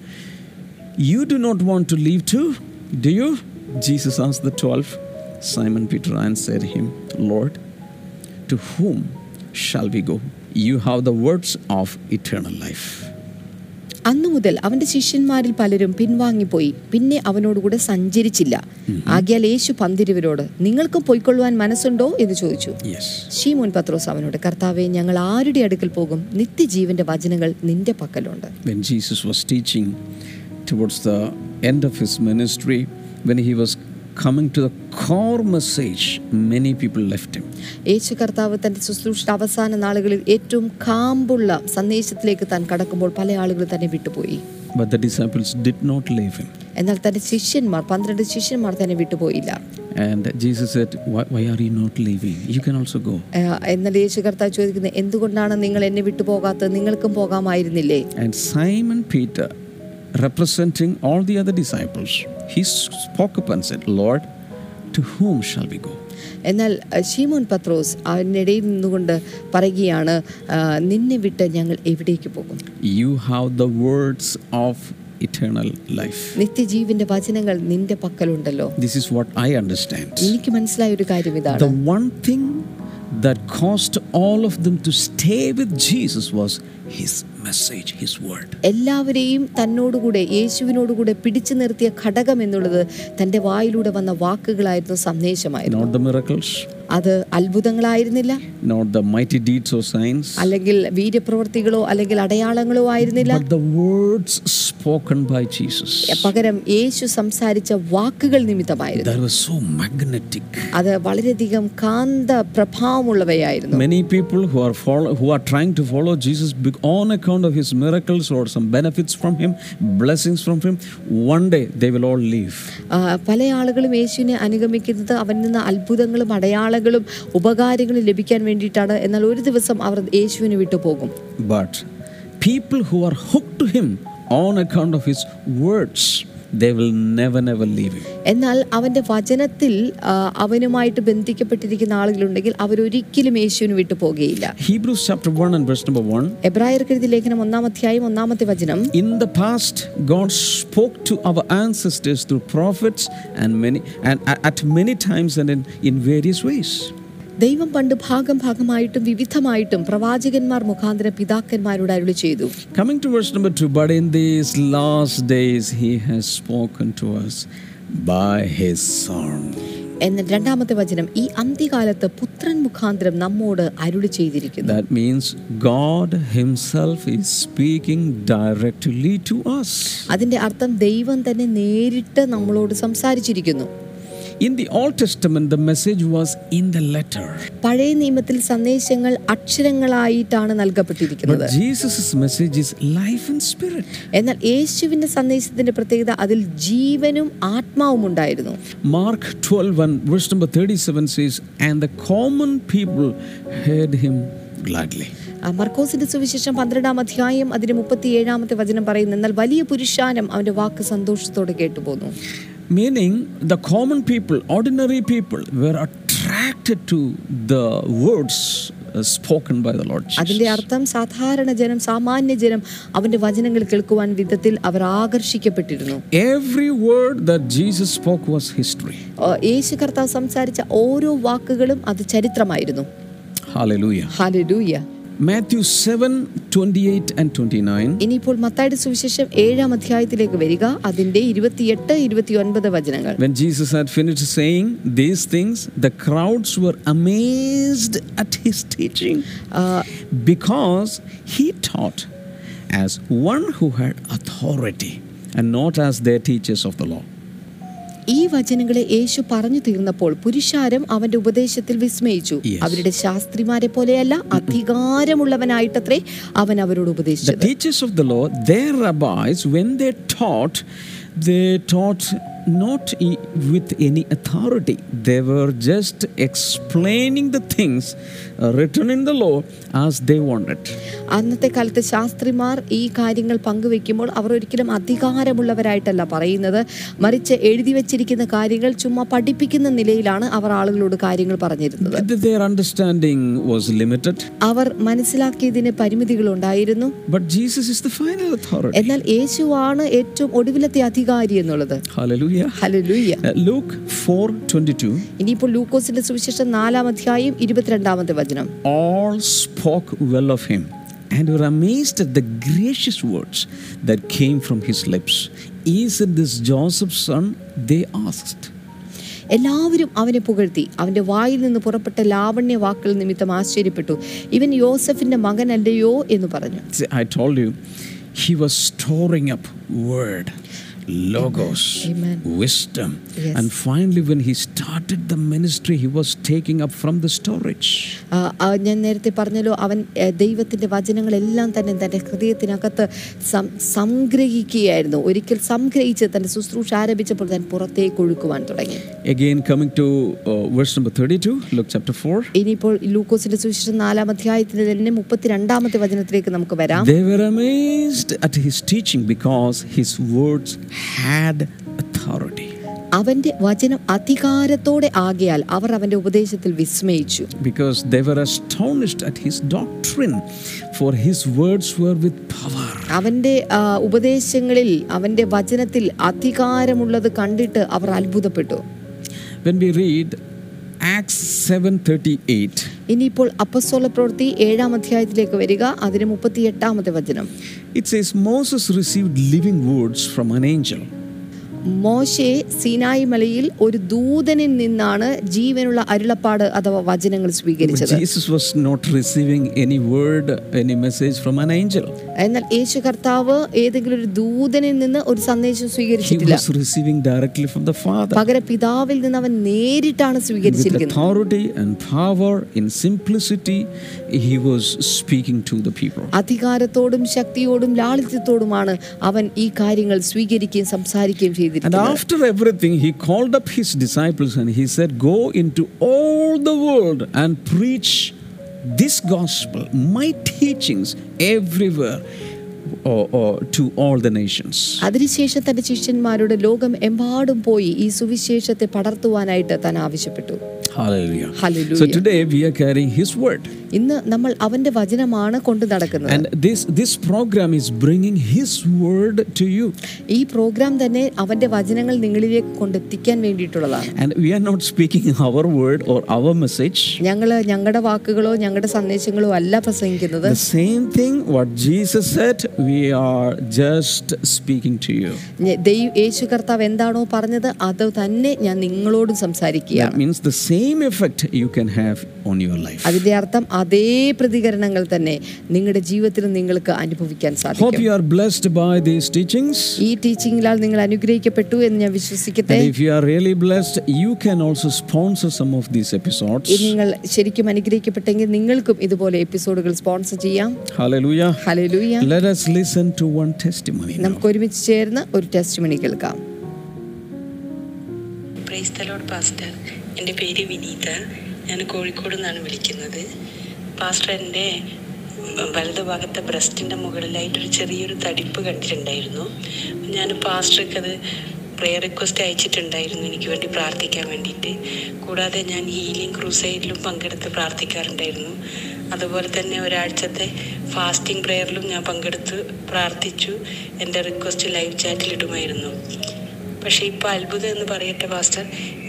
[SPEAKER 1] You do not want to leave too, do you? Jesus asked the twelve. Simon Peter answered him, Lord, to whom shall we go? You have the words of eternal life.
[SPEAKER 2] അന്നു മുതൽ അവന്റെ ശിഷ്യന്മാരിൽ പലരും പിൻവാങ്ങിപ്പോയി പിന്നെ അവനോടുകൂടെ സഞ്ചരിച്ചില്ല ആകിയാൽ യേശു പന്തിരുവരോട് നിങ്ങൾക്കും പൊയ്ക്കൊള്ളുവാൻ മനസ്സുണ്ടോ എന്ന് ചോദിച്ചു
[SPEAKER 1] Yes.
[SPEAKER 2] ഷീമോൻ പത്രോസ് അവനോട് കർത്താവെ ഞങ്ങൾ ആരുടെ അടുക്കൽ പോകും നിത്യജീവന്റെ വചനങ്ങൾ നിന്റെ പക്കലുണ്ട്
[SPEAKER 1] When Jesus was teaching towards the end of his ministry, when he was coming to the core message, many people left him.
[SPEAKER 2] യേശു കർത്താവ് തന്റെ ശുശ്രൂഷയുടെ അവസാന നാളുകളിൽ ഏറ്റവും കാമ്പുള്ള സന്ദേശത്തിലേക്ക് താൻ കടക്കുമ്പോൾ പല ആളുകൾ തന്നെ വിട്ടുപോയി
[SPEAKER 1] But the disciples did not leave him.
[SPEAKER 2] എന്നാൽ തന്റെ ശിഷ്യന്മാർ പന്ത്രണ്ട് ശിഷ്യന്മാർ തന്നെ വിട്ടുപോയില്ല
[SPEAKER 1] And Jesus said, Why, why are you not leaving? You can also go.
[SPEAKER 2] ആ, എന്നാൽ യേശു കർത്താവ് ചോദിക്കുന്നത് എന്തുകൊണ്ടാണ് നിങ്ങൾ എന്നെ വിട്ടുപോകാത്തത് നിങ്ങൾക്കും പോകാമായിരുന്നില്ലേ
[SPEAKER 1] And Simon Peter, representing all the other disciples, he spoke up and said, Lord, to whom shall we go?
[SPEAKER 2] എന്നാൽ അഹ്, ശീമോൻ പത്രോസ് അവനിടയിൽ നിന്നുകൊണ്ട് പറയുകയാണ് ആ, നിന്നെ വിട്ട് ഞങ്ങൾ എവിടേക്ക് പോകും
[SPEAKER 1] You have the words of eternal life.
[SPEAKER 2] നിത്യജീവന്റെ വചനങ്ങൾ നിന്റെ പക്കലുണ്ടല്ലോ
[SPEAKER 1] This is what I understand.
[SPEAKER 2] എനിക്ക് മനസ്സിലായ ഒരു കാര്യം
[SPEAKER 1] The
[SPEAKER 2] ഇതാണ്
[SPEAKER 1] one thing that caused all of them to stay with Jesus was his message, his word.
[SPEAKER 2] എല്ലാവരെയും തന്നോടുകൂടെ യേശുവിനോടുകൂടെ പിടിച്ചു നിർത്തിയ ഘടകം എന്നുള്ളത് തൻ്റെ വായിലൂടെ വന്ന വാക്കുകളായിരുന്നു സന്ദേശമായിരുന്നു
[SPEAKER 1] Not the miracles,
[SPEAKER 2] അത് അത്ഭുതങ്ങളായിരുന്നില്ല
[SPEAKER 1] not the mighty deeds or signs,
[SPEAKER 2] അല്ലെങ്കിൽ വീര്യപ്രവർത്തികളോ അല്ലെങ്കിൽ അടയാളങ്ങളോ ആയിരുന്നില്ല
[SPEAKER 1] but the words spoken by Jesus.
[SPEAKER 2] പകരം യേശു സംസാരിച്ച വാക്കുകൾ നിമിത്തമായിരുന്നു
[SPEAKER 1] That was so magnetic.
[SPEAKER 2] അത് വളരെയധികം കാന്ത പ്രഭാവമുള്ളവയായിരുന്നു
[SPEAKER 1] Many people who are follow, who are trying to follow Jesus be- on account of his miracles or some benefits from him, blessings from him, one day they will all leave.
[SPEAKER 2] ആ, പല ആളുകളും യേശുവിനെ അനുഗമിക്കുന്നത് അവനിൽ നിന്ന് അത്ഭുതങ്ങളും അടയാളങ്ങളും ഉപകാരങ്ങളും ലഭിക്കാൻ വേണ്ടിയിട്ടാണ് എന്നാൽ ഒരു ദിവസം അവർ യേശുവിനെ വിട്ടുപോകും
[SPEAKER 1] But people who are hooked to him on account of his words, they will never, never leave him.
[SPEAKER 2] എന്നാൽ അവൻ്റെ വചനത്തിൽ ആ, അവനുമായിട്ട് ബന്ധിക്കപ്പെട്ടിരിക്കുന്ന ആളുകളുണ്ടെങ്കിൽ അവരൊരിക്കലും യേശുവിന് വിട്ടുപോകുകയില്ല
[SPEAKER 1] Hebrews chapter 1 and verse number 1.
[SPEAKER 2] എബ്രായർക്കെഴുതി ലേഖനം ഒന്നാം അധ്യായം ഒന്നാമത്തെ വചനം
[SPEAKER 1] In the past, God spoke to our ancestors through prophets and many and a- at many times and in, in various ways.
[SPEAKER 2] ദൈവം പണ്ട് ഭാഗം ഭാഗമായിട്ടും വിവിധമായിട്ടും പ്രവാചകന്മാർ മുഖാന്തരം പിതാക്കന്മാരോട് അരുളി ചെയ്തു
[SPEAKER 1] Coming to verse number 2, but in these last days he has spoken to us by his son.
[SPEAKER 2] എന്ന രണ്ടാമത്തെ വചനം ഈ അന്ത്യകാലത്ത് പുത്രൻ മുഖാന്തരം നമ്മോട് അരുളി ചെയ്തിരിക്കുന്നു
[SPEAKER 1] That means God himself is speaking directly to us.
[SPEAKER 2] അതിന്റെ അർത്ഥം ദൈവം തന്നെ നേരിട്ട് നമ്മളോട് സംസാരിച്ചിരിക്കുന്നു
[SPEAKER 1] In the Old Testament, the message was in the letter.
[SPEAKER 2] പഴയ നിയമത്തിൽ സന്ദേശങ്ങൾ അക്ഷരങ്ങളായിട്ടാണ് നൽകപ്പെട്ടിരിക്കുന്നത്
[SPEAKER 1] But Jesus' message is life and spirit.
[SPEAKER 2] എന്നാൽ യേശുവിന്റെ സന്ദേശത്തിന്റെ പ്രത്യേകത അതിൽ ജീവനും ആത്മാവും ഉണ്ടായിരുന്നു
[SPEAKER 1] Mark 12 and verse number 37 says, And the common people heard him gladly.
[SPEAKER 2] ആ, മർക്കോസിന്റെ സുവിശേഷം പന്ത്രണ്ടാം അധ്യായം അതിന് മുപ്പത്തി ഏഴാമത്തെ വചനം പറയുന്നു എന്നാൽ വലിയ പുരുഷാനം അവന്റെ വാക്ക് സന്തോഷത്തോടെ കേട്ടുപോന്നു
[SPEAKER 1] Meaning, the common people, ordinary people, were attracted to the words uh, spoken by the Lord Jesus.
[SPEAKER 2] അതിന്റെ അർത്ഥം സാധാരണ ജനം സാമാന്യ ജനം അവന്റെ വചനങ്ങൾ കേൾക്കുവാൻ വിധത്തിൽ അവർ ആകർഷിക്കപ്പെട്ടിരുന്നു
[SPEAKER 1] Every word that Jesus spoke was history.
[SPEAKER 2] ആ, യേശു കർത്താവ് സംസാരിച്ച ഓരോ വാക്കുകളും അത് ചരിത്രമായിരുന്നു
[SPEAKER 1] Hallelujah.
[SPEAKER 2] ഹാലൂയ
[SPEAKER 1] Matthew 7 28 and 29.
[SPEAKER 2] ഇനിയിപ്പോൾ മത്തായുടെ സുവിശേഷം ഏഴാം അധ്യായത്തിലേക്ക് വരിക അതിന്റെ ഇരുപത്തിയെട്ട് ഇരുപത്തി ഒൻപത് വചനങ്ങൾ
[SPEAKER 1] When Jesus had finished saying these things, the crowds were amazed at his teaching because he taught as one who had authority and not as their teachers of the law.
[SPEAKER 2] ഈ വചനങ്ങളെ യേശു പറഞ്ഞു തീർന്നപ്പോൾ പുരുഷാരം അവന്റെ ഉപദേശത്തിൽ വിസ്മയിച്ചു
[SPEAKER 1] Yes.
[SPEAKER 2] അവരുടെ ശാസ്ത്രിമാരെ പോലെയല്ല അധികാരമുള്ളവനായിട്ടത്രേ അവൻ അവരോട്
[SPEAKER 1] The
[SPEAKER 2] ഉപദേശിച്ചത്
[SPEAKER 1] teachers of the law, their rabbis, when they taught, they taught not i- with any authority. They were just explaining the things uh, written in the law as they wanted.
[SPEAKER 2] അന്നത്തെ കാലത്തെ ശാസ്ത്രിമാർ ഈ കാര്യങ്ങൾ പങ്കുവെക്കുമ്പോൾ അവർ ഒരിക്കലും അധികാരമുള്ളവരായിട്ടല്ല പറയുന്നത് മറിച്ച് എഴുതി വച്ചിരിക്കുന്ന കാര്യങ്ങൾ ചുമ്മാ പഠിപ്പിക്കുന്ന നിലയിലാണ് അവർ ആളുകളോട് കാര്യങ്ങൾ പറഞ്ഞിരുന്നത്
[SPEAKER 1] Th- Their understanding was limited.
[SPEAKER 2] Our മനസ്സിലാക്കിയതിന് പരിമിതികളുണ്ടായിരുന്നു
[SPEAKER 1] But Jesus is the final authority.
[SPEAKER 2] എന്നാൽ യേശുവാണ് ഏറ്റവും ഒടുവിലത്തെ അധികാരി എന്നുള്ളത്
[SPEAKER 1] Hallelujah.
[SPEAKER 2] ഹലലൂയ
[SPEAKER 1] Uh, Luke 4:22
[SPEAKER 2] ഇനിയിപ്പോൾ ലൂക്കോസിന്റെ സുവിശേഷം നാലാം അധ്യായം ഇരുപത്തിരണ്ടാമത്തെ വചനം
[SPEAKER 1] all spoke well of him and were amazed at the gracious words that came from his lips. Is it this Joseph's son? They asked.
[SPEAKER 2] എല്ലാവരും അവനെ പുകഴ്ത്തി അവൻ്റെ വായിൽ നിന്ന് പുറപ്പെട്ട ലാവണ്യ വാക്കുകൾ നിമിത്തം ആശ്ചര്യപ്പെട്ടു ഇവൻ യോസഫിൻ്റെ മകനല്ലയോ എന്ന് പറഞ്ഞു
[SPEAKER 1] See, I told you, he was storing up word, logos,
[SPEAKER 2] Amen.
[SPEAKER 1] wisdom.
[SPEAKER 2] Yes.
[SPEAKER 1] And finally, when he started the ministry, he was taking up from the storage.
[SPEAKER 2] ആ, ആ, ഞാൻ നേരത്തെ പറഞ്ഞല്ലോ അവൻ ഏ, ദൈവത്തിൻ്റെ വചനങ്ങളെല്ലാം തന്നെ തൻ്റെ ഹൃദയത്തിനകത്ത് സം- സംഗ്രഹിക്കുകയായിരുന്നു ഒരിക്കൽ സംഗ്രഹിച്ച് തൻ്റെ ശുശ്രൂഷ ആരംഭിച്ചപ്പോൾ താൻ പുറത്തേക്ക് ഒഴുക്കുവാൻ തുടങ്ങി
[SPEAKER 1] Again, coming to uh, verse number 32, Luke chapter 4.
[SPEAKER 2] ഇനിയിപ്പോൾ ലൂക്കോസിന്റെ സുവിശേഷം നാലാം അധ്യായത്തിന് തന്നെ മുപ്പത്തിരണ്ടാമത്തെ വചനത്തിലേക്ക് നമുക്ക് വരാം
[SPEAKER 1] They were amazed at his teaching because his words had authority.
[SPEAKER 2] അവന്റെ വചനം അധികാരത്തോടെ ആകിയാൽ അവർ അവന്റെ ഉപദേശത്തിൽ വിസ്മയിച്ചു
[SPEAKER 1] Because they were astonished at his doctrine, for his words were with power.
[SPEAKER 2] അവന്റെ ആ, ഉപദേശങ്ങളിൽ അവന്റെ വചനത്തിൽ അധികാരമുള്ളത് കണ്ടിട്ട് അവർ അത്ഭുതപ്പെട്ടു
[SPEAKER 1] When we read Acts 7:38,
[SPEAKER 2] ഇനിയിപ്പോൾ അപ്പസ്തോല പ്രവൃത്തി ഏഴാം അധ്യായത്തിലേക്ക് വരിക അതിന് മുപ്പത്തി എട്ടാമത്തെ വചനം
[SPEAKER 1] it says Moses received living words from an angel.
[SPEAKER 2] മോശെ സിനായി മലയിൽ ഒരു ദൂതനിൽ നിന്നാണ് ജീവനുള്ള അരുളപ്പാട് അഥവാ വചനങ്ങൾ
[SPEAKER 1] But
[SPEAKER 2] സ്വീകരിച്ചത്
[SPEAKER 1] Oh, Jesus was not receiving any word, any message from an angel.
[SPEAKER 2] എന്നാൽ യേശു കർത്താവ് ഏതെങ്കിലും ഒരു ദൂതനിൽ നിന്ന് ഒരു സന്ദേശം
[SPEAKER 1] He
[SPEAKER 2] സ്വീകരിച്ചിട്ടില്ല
[SPEAKER 1] was receiving directly from the Father.
[SPEAKER 2] പകരം പിതാവിൽ നിന്ന് അവൻ നേരിട്ടാണ്
[SPEAKER 1] With
[SPEAKER 2] സ്വീകരിച്ചിരിക്കുന്നത്
[SPEAKER 1] authority and power, in simplicity, he was speaking to the people.
[SPEAKER 2] അധികാരത്തോടും ശക്തിയോടും ലാളിത്യത്തോടുമാണ് അവൻ ഈ കാര്യങ്ങൾ സ്വീകരിക്കുകയും സംസാരിക്കുകയും
[SPEAKER 1] And
[SPEAKER 2] ചെയ്തിരിക്കുന്നത്
[SPEAKER 1] after everything, he called up his disciples and he said, Go into all the world and preach this gospel, my teachings, everywhere or, or to all the nations.
[SPEAKER 2] അതിനുശേഷം തന്റെ ശിഷ്യന്മാരുടെ ലോകം എമ്പാടും പോയി ഈ സുവിശേഷത്തെ പടർത്തുവാനായിട്ട് താൻ ആവശ്യപ്പെട്ടു
[SPEAKER 1] Hallelujah.
[SPEAKER 2] Hallelujah.
[SPEAKER 1] So today we are carrying his word.
[SPEAKER 2] ഇന്ന് നമ്മൾ അവന്റെ വചനമാണ് കൊണ്ടു നടക്കുന്നത്
[SPEAKER 1] And this, this program is bringing his word to you.
[SPEAKER 2] ഈ പ്രോഗ്രാം തന്നെ അവന്റെ വചനങ്ങൾ നിങ്ങളിലേക്ക് കൊണ്ടെത്തിക്കാൻ വേണ്ടിയിട്ടുള്ളതാണ്
[SPEAKER 1] And we are not speaking our word or our message.
[SPEAKER 2] ഞങ്ങൾ ഞങ്ങളുടെ വാക്കുകളോ ഞങ്ങളുടെ സന്ദേശങ്ങളോ അല്ല പ്രസംഗിക്കുന്നത്
[SPEAKER 1] The same thing what Jesus said, we are just speaking to you.
[SPEAKER 2] ഞ- ദൈവ യേശു കർത്താവ് എന്താണോ പറഞ്ഞത് അത് തന്നെ ഞാൻ നിങ്ങളോടും സംസാരിക്കുകയാണ്
[SPEAKER 1] That means the same effect you can have on your life.
[SPEAKER 2] അതിന്റെ അർത്ഥം അതേ പ്രതികരണങ്ങൾ തന്നെ നിങ്ങളുടെ ജീവിതത്തിൽ നിങ്ങൾക്ക് അനുഭവിക്കാൻ
[SPEAKER 1] Hope
[SPEAKER 2] സാധിക്കും
[SPEAKER 1] you are blessed by these teachings.
[SPEAKER 2] ഈ ടീച്ചിങ്ങിലാൽ നിങ്ങൾ അനുഗ്രഹിക്കപ്പെട്ടു എന്ന് ഞാൻ വിശ്വസിക്കട്ടെ
[SPEAKER 1] And if you are really blessed, you can also sponsor some of these
[SPEAKER 2] ഇത്
[SPEAKER 1] episodes.
[SPEAKER 2] നിങ്ങൾ ശരിക്കും അനുഗ്രഹിക്കപ്പെട്ടെങ്കിൽ നിങ്ങൾക്കും ഇതുപോലെ എപ്പിസോഡുകൾ സ്പോൺസർ ചെയ്യാം
[SPEAKER 1] Hallelujah.
[SPEAKER 2] Hallelujah
[SPEAKER 1] Let us listen to one testimony. now.
[SPEAKER 2] നമുക്ക് ഒരുമിച്ച് ചേർന്ന് ഒരു ടെസ്റ്റ് മണി കേൾക്കാം
[SPEAKER 6] പ്രൈസ് തലോഡ് പാസ്റ്റർ എൻ്റെ പേര് വിനീത ഞാൻ കോഴിക്കോട് നിന്നാണ് വിളിക്കുന്നത് പാസ്റ്റർ എൻ്റെ വലതു ഭാഗത്തെ ബ്രസ്റ്റിൻ്റെ മുകളിലായിട്ടൊരു ചെറിയൊരു തടിപ്പ് കണ്ടിട്ടുണ്ടായിരുന്നു ഞാൻ പാസ്റ്റർക്ക് അത് പ്രെയർ റിക്വസ്റ്റ് അയച്ചിട്ടുണ്ടായിരുന്നു എനിക്ക് വേണ്ടി പ്രാർത്ഥിക്കാൻ വേണ്ടിയിട്ട് കൂടാതെ ഞാൻ ഹീലിംഗ് ക്രൂസൈഡിലും പങ്കെടുത്ത് പ്രാർത്ഥിക്കാറുണ്ടായിരുന്നു അതുപോലെ തന്നെ ഒരാഴ്ചത്തെ ഫാസ്റ്റിംഗ് പ്രെയറിലും ഞാൻ പങ്കെടുത്ത് പ്രാർത്ഥിച്ചു എൻ്റെ റിക്വസ്റ്റ് ലൈവ് ചാറ്റിലിടുമായിരുന്നു പക്ഷെ ഇപ്പൊ അത്ഭുതം എന്ന് പറയട്ടെ പാസ്റ്റർ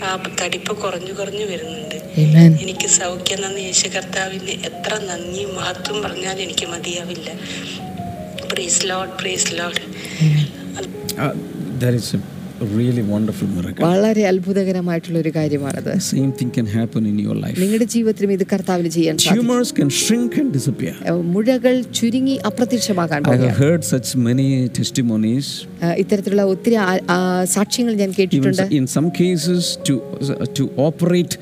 [SPEAKER 6] ആ തടിപ്പ് കുറഞ്ഞു കുറഞ്ഞു വരുന്നുണ്ട്
[SPEAKER 2] Amen.
[SPEAKER 6] എനിക്ക് സൗഖ്യം തന്ന യേശു കർത്താവിന് എത്ര നന്ദിയും മഹത്വം പറഞ്ഞാൽ എനിക്ക് മതിയാവില്ല praise Lord praise Lord
[SPEAKER 1] Uh, that is a really wonderful miracle.
[SPEAKER 2] വളരെ അത്ഭുതകരമായിട്ടുള്ള ഒരു കാര്യമാണത്
[SPEAKER 1] The same thing can happen in your life.
[SPEAKER 2] നിങ്ങളുടെ ജീവിതത്തിലും ഇത് കർത്താവിന് ചെയ്യാൻ സാധിക്കും
[SPEAKER 1] Tumors can shrink and disappear.
[SPEAKER 2] ഏഹ് മുഴകൾ ചുരുങ്ങി അപ്രത്യക്ഷമാകാൻ
[SPEAKER 1] I have
[SPEAKER 2] പോകുകയാണ്
[SPEAKER 1] heard such many testimonies.
[SPEAKER 2] ഏഹ് ഇത്തരത്തിലുള്ള ഒത്തിരി ആ- ആ സാക്ഷ്യങ്ങൾ ഞാൻ
[SPEAKER 1] Even
[SPEAKER 2] കേട്ടിട്ടുണ്ട്
[SPEAKER 1] so- in some cases, to to operate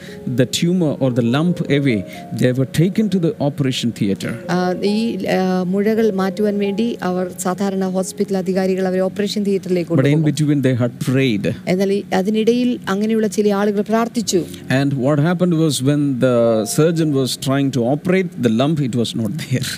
[SPEAKER 1] the tumor or the lump away, they were taken to the operation theater.
[SPEAKER 2] ആ, ഈ ആ, മുഴകൾ മാറ്റുവാൻ വേണ്ടി അവർ സാധാരണ ഹോസ്പിറ്റൽ അധികാരികൾ അവരെ ഓപ്പറേഷൻ തിയേറ്ററിലേക്ക്
[SPEAKER 1] But in
[SPEAKER 2] കൊണ്ടുപോകും
[SPEAKER 1] between, they had prayed.
[SPEAKER 2] എന്നാൽ ഈ- അതിനിടയിൽ അങ്ങനെയുള്ള ചില ആളുകൾ പ്രാർത്ഥിച്ചു
[SPEAKER 1] And what happened was when the surgeon was trying to operate the lump, it was not there.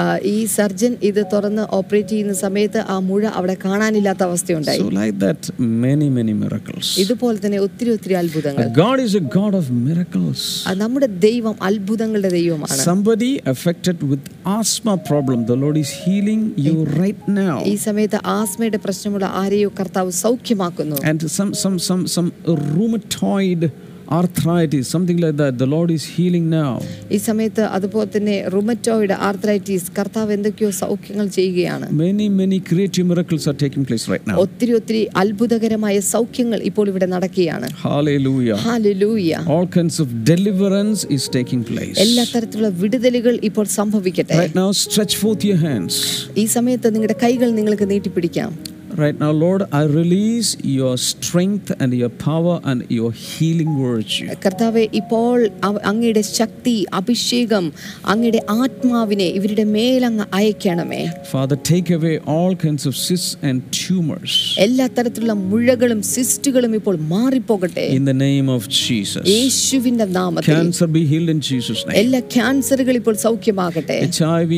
[SPEAKER 2] ആ, ഈ സർജൻ ഇത് തുറന്ന് ഓപ്പറേറ്റ് ചെയ്യുന്ന സമയത്ത് ആ മുഴ അവിടെ കാണാനില്ലാത്ത അവസ്ഥയുണ്ടായി
[SPEAKER 1] So like that, many many miracles.
[SPEAKER 2] ഇതുപോലെ തന്നെ ഒത്തിരി ഒത്തിരി അത്ഭുതങ്ങൾ
[SPEAKER 1] God is a God of miracles.
[SPEAKER 2] ആ, നമ്മുടെ ദൈവം അത്ഭുതങ്ങളുടെ ദൈവമാണ്
[SPEAKER 1] Somebody affected with asthma problem, the Lord is healing you right now.
[SPEAKER 2] ഈ സമയത്ത് ആസ്മയുടെ പ്രശ്നമുള്ള ആരെയോ കർത്താവ് സൗഖ്യമാക്കുന്നു
[SPEAKER 1] and some some some some rheumatoid arthritis, something like that. The Lord is healing now.
[SPEAKER 2] ഈ സമയത്ത് അതുപോലെ തന്നെ റുമറ്റോയിഡ് ആർത്രൈറ്റീസ് കർത്താവ് എന്തൊക്കെയോ സൗഖ്യങ്ങൾ ചെയ്യുകയാണ്
[SPEAKER 1] Many, many creative miracles are taking place right now.
[SPEAKER 2] ഒത്തിരി ഒത്തിരി അത്ഭുതകരമായ സൗഖ്യങ്ങൾ ഇപ്പോൾ ഇവിടെ നടക്കുകയാണ്
[SPEAKER 1] Hallelujah.
[SPEAKER 2] ഹാലൂയ
[SPEAKER 1] All kinds of deliverance is taking place.
[SPEAKER 2] എല്ലാ തരത്തിലുള്ള വിടുതലുകൾ ഇപ്പോൾ സംഭവിക്കട്ടെ
[SPEAKER 1] Right now, stretch forth your hands.
[SPEAKER 2] ഈ സമയത്ത് നിങ്ങളുടെ കൈകൾ നിങ്ങൾക്ക് നീട്ടിപ്പിടിക്കാം
[SPEAKER 1] Right now, Lord, I release your strength and your power and your healing virtue.
[SPEAKER 2] കർത്താവെ ഇപ്പോൾ അവ- അങ്ങയുടെ ശക്തി അഭിഷേകം അങ്ങയുടെ ആത്മാവിനെ ഇവരുടെ മേലങ്ങ് അയക്കണമേ
[SPEAKER 1] Father, take away all kinds of cysts and tumors
[SPEAKER 2] എല്ലാ തരത്തിലുള്ള മുഴകളും സിസ്റ്റുകളും ഇപ്പോൾ മാറിപ്പോകട്ടെ
[SPEAKER 1] in the name of Jesus.
[SPEAKER 2] യേശുവിന്റെ നാമത്തിൽ
[SPEAKER 1] Cancer be healed in Jesus' name.
[SPEAKER 2] എല്ലാ ക്യാൻസറുകൾ ഇപ്പോൾ സൗഖ്യമാകട്ടെ
[SPEAKER 1] HIV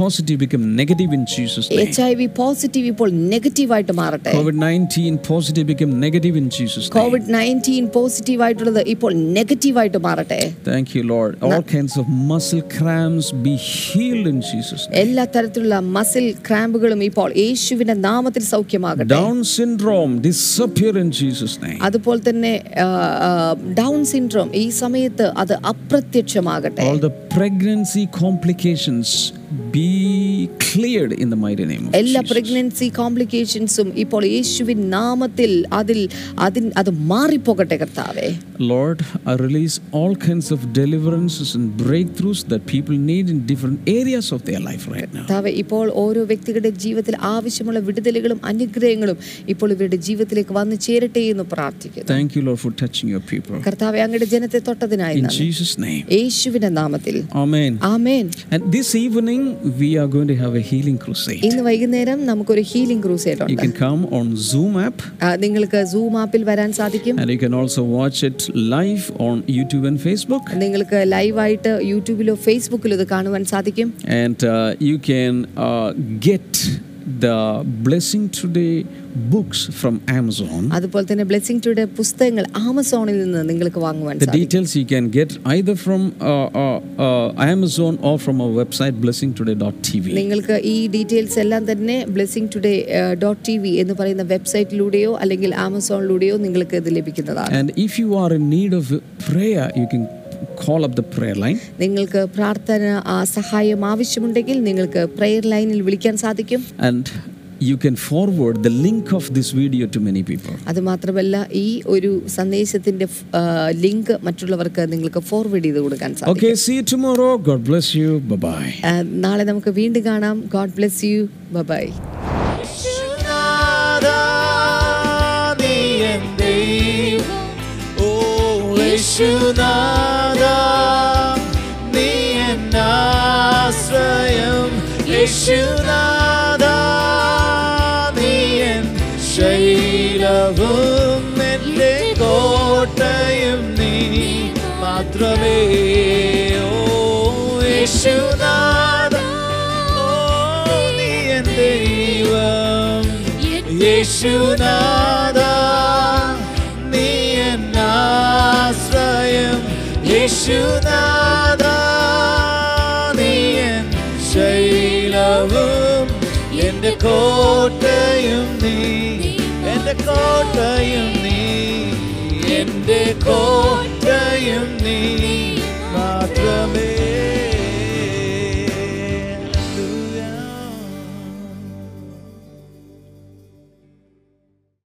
[SPEAKER 1] positive become negative in Jesus' name.
[SPEAKER 2] H I V positive ഇപ്പോൾ നെഗറ്റീവായിട്ട് മാറട്ടെ
[SPEAKER 1] COVID 19 positive become negative in Jesus' name.
[SPEAKER 2] Covid nineteen positive ആയിട്ടുള്ളത് ഇപ്പോൾ നെഗറ്റീവായിട്ട് മാറട്ടെ
[SPEAKER 1] Thank you, Lord. All kinds of muscle cramps be healed in Jesus' name.
[SPEAKER 2] എല്ലാ തരത്തിലുള്ള muscle ക്രാമ്പുകളും ഇപ്പോൾ യേശുവിന്റെ നാമത്തിൽ സൗഖ്യമാകട്ടെ
[SPEAKER 1] Down syndrome disappear in Jesus' name.
[SPEAKER 2] അതുപോലെ തന്നെ ആ, ആ, ഡൗൺ സിൻഡ്രോം ഈ സമയത്ത് അത് അപ്രത്യക്ഷമാകട്ടെ
[SPEAKER 1] All the pregnancy complications be cleared in the mighty name of
[SPEAKER 2] എല്ലാ
[SPEAKER 1] Jesus.
[SPEAKER 2] പ്രഗ്നൻസി കോംപ്ലിക്കേഷൻസും ഇപ്പോൾ യേശുവിൻ നാമത്തിൽ അതിൽ അതിൻ അത് മാറിപ്പോകട്ടെ കർത്താവേ
[SPEAKER 1] Lord, I release all kinds of deliverances and breakthroughs that people need in different areas of their life right now.
[SPEAKER 2] കർത്താവെ ഇപ്പോൾ ഓരോ വ്യക്തികളുടെ ജീവിതത്തിൽ ആവശ്യമുള്ള വിടുതലുകളും അനുഗ്രഹങ്ങളും ഇപ്പോൾ ഇവരുടെ ജീവിതത്തിലേക്ക് വന്നു ചേരട്ടെ എന്ന് പ്രാർത്ഥിക്കുന്നു
[SPEAKER 1] Thank you, Lord, for touching your people.
[SPEAKER 2] കർത്താവെ അങ്ങയുടെ ജനത്തെ തൊട്ടതിനായി
[SPEAKER 1] In
[SPEAKER 2] നന്ദി.
[SPEAKER 1] Jesus' name.
[SPEAKER 2] യേശുവിന്റെ നാമത്തിൽ
[SPEAKER 1] Amen.
[SPEAKER 2] Amen
[SPEAKER 1] And this evening, we are going to have a healing crusade.
[SPEAKER 2] ഇന്ന് വൈകുന്നേരം നമുക്കൊരു ഹീലിംഗ് ക്രൂസേഡ്
[SPEAKER 1] You
[SPEAKER 2] ഉണ്ട്
[SPEAKER 1] can come on Zoom app
[SPEAKER 2] ആ, നിങ്ങൾക്ക് സൂം ആപ്പിൽ വരാൻ സാധിക്കും
[SPEAKER 1] and you can also watch it live on YouTube and Facebook.
[SPEAKER 2] നിങ്ങൾക്ക് ലൈവായിട്ട് യൂട്യൂബിലോ ഫേസ്ബുക്കിലോ ഇത് കാണുവാൻ സാധിക്കും
[SPEAKER 1] And uh, you can uh, get the Blessing Today books from Amazon.
[SPEAKER 2] അതുപോലെ തന്നെ ബ്ലെസ്സിംഗ് ടുഡേ പുസ്തകങ്ങൾ ആമസോണിൽ നിന്ന് നിങ്ങൾക്ക് വാങ്ങുവാൻ
[SPEAKER 1] The
[SPEAKER 2] സാധിക്കും
[SPEAKER 1] details you can get either from uh, uh, uh, Amazon or from our website blessingtoday.tv.
[SPEAKER 2] നിങ്ങൾക്ക് ഈ ഡീറ്റെയിൽസ് എല്ലാം തന്നെ blessing today dot T V എന്ന് പറയുന്ന വെബ്സൈറ്റിലൂടെയോ അല്ലെങ്കിൽ ആമസോണിലൂടെയോ നിങ്ങൾക്ക് ഇത് ലഭിക്കുന്നതാണ്
[SPEAKER 1] And if you are in need of prayer, you can call up the prayer line.
[SPEAKER 2] നിങ്ങൾക്ക് പ്രാർത്ഥന ആ, സഹായം ആവശ്യമുണ്ടെങ്കിൽ നിങ്ങൾക്ക് പ്രെയർ ലൈനിൽ വിളിക്കാൻ സാധിക്കും
[SPEAKER 1] and you can forward the link of this video to many people.
[SPEAKER 2] അതുമാത്രമല്ല ഈ ഒരു സന്ദേശത്തിന്റെ ലിങ്ക് മറ്റുള്ളവർക്ക് നിങ്ങൾക്ക് ഫോർവേഡ് ചെയ്ത് കൊടുക്കാൻ സാധിക്കും
[SPEAKER 1] Okay, see you tomorrow. God bless you. Bye bye.
[SPEAKER 2] ആ, നാളെ നമുക്ക് വീണ്ടും കാണാം God bless you bye
[SPEAKER 3] Oh, ശൈലവും എന്റെ കോട്ടയും നീ മാത്രമേ ഓ Oh, യേശുനാഥ ഓ നീ എൻ ദൈവം യേശുനാഥ നീ എന്നാശ്രയം യേശുനാഥ നീ എൻ ശൈലവും എന്റെ കോട്ടയും നീ എന്റെ കോട്ടയും നീ എന്റെ കോട്ടയും നീ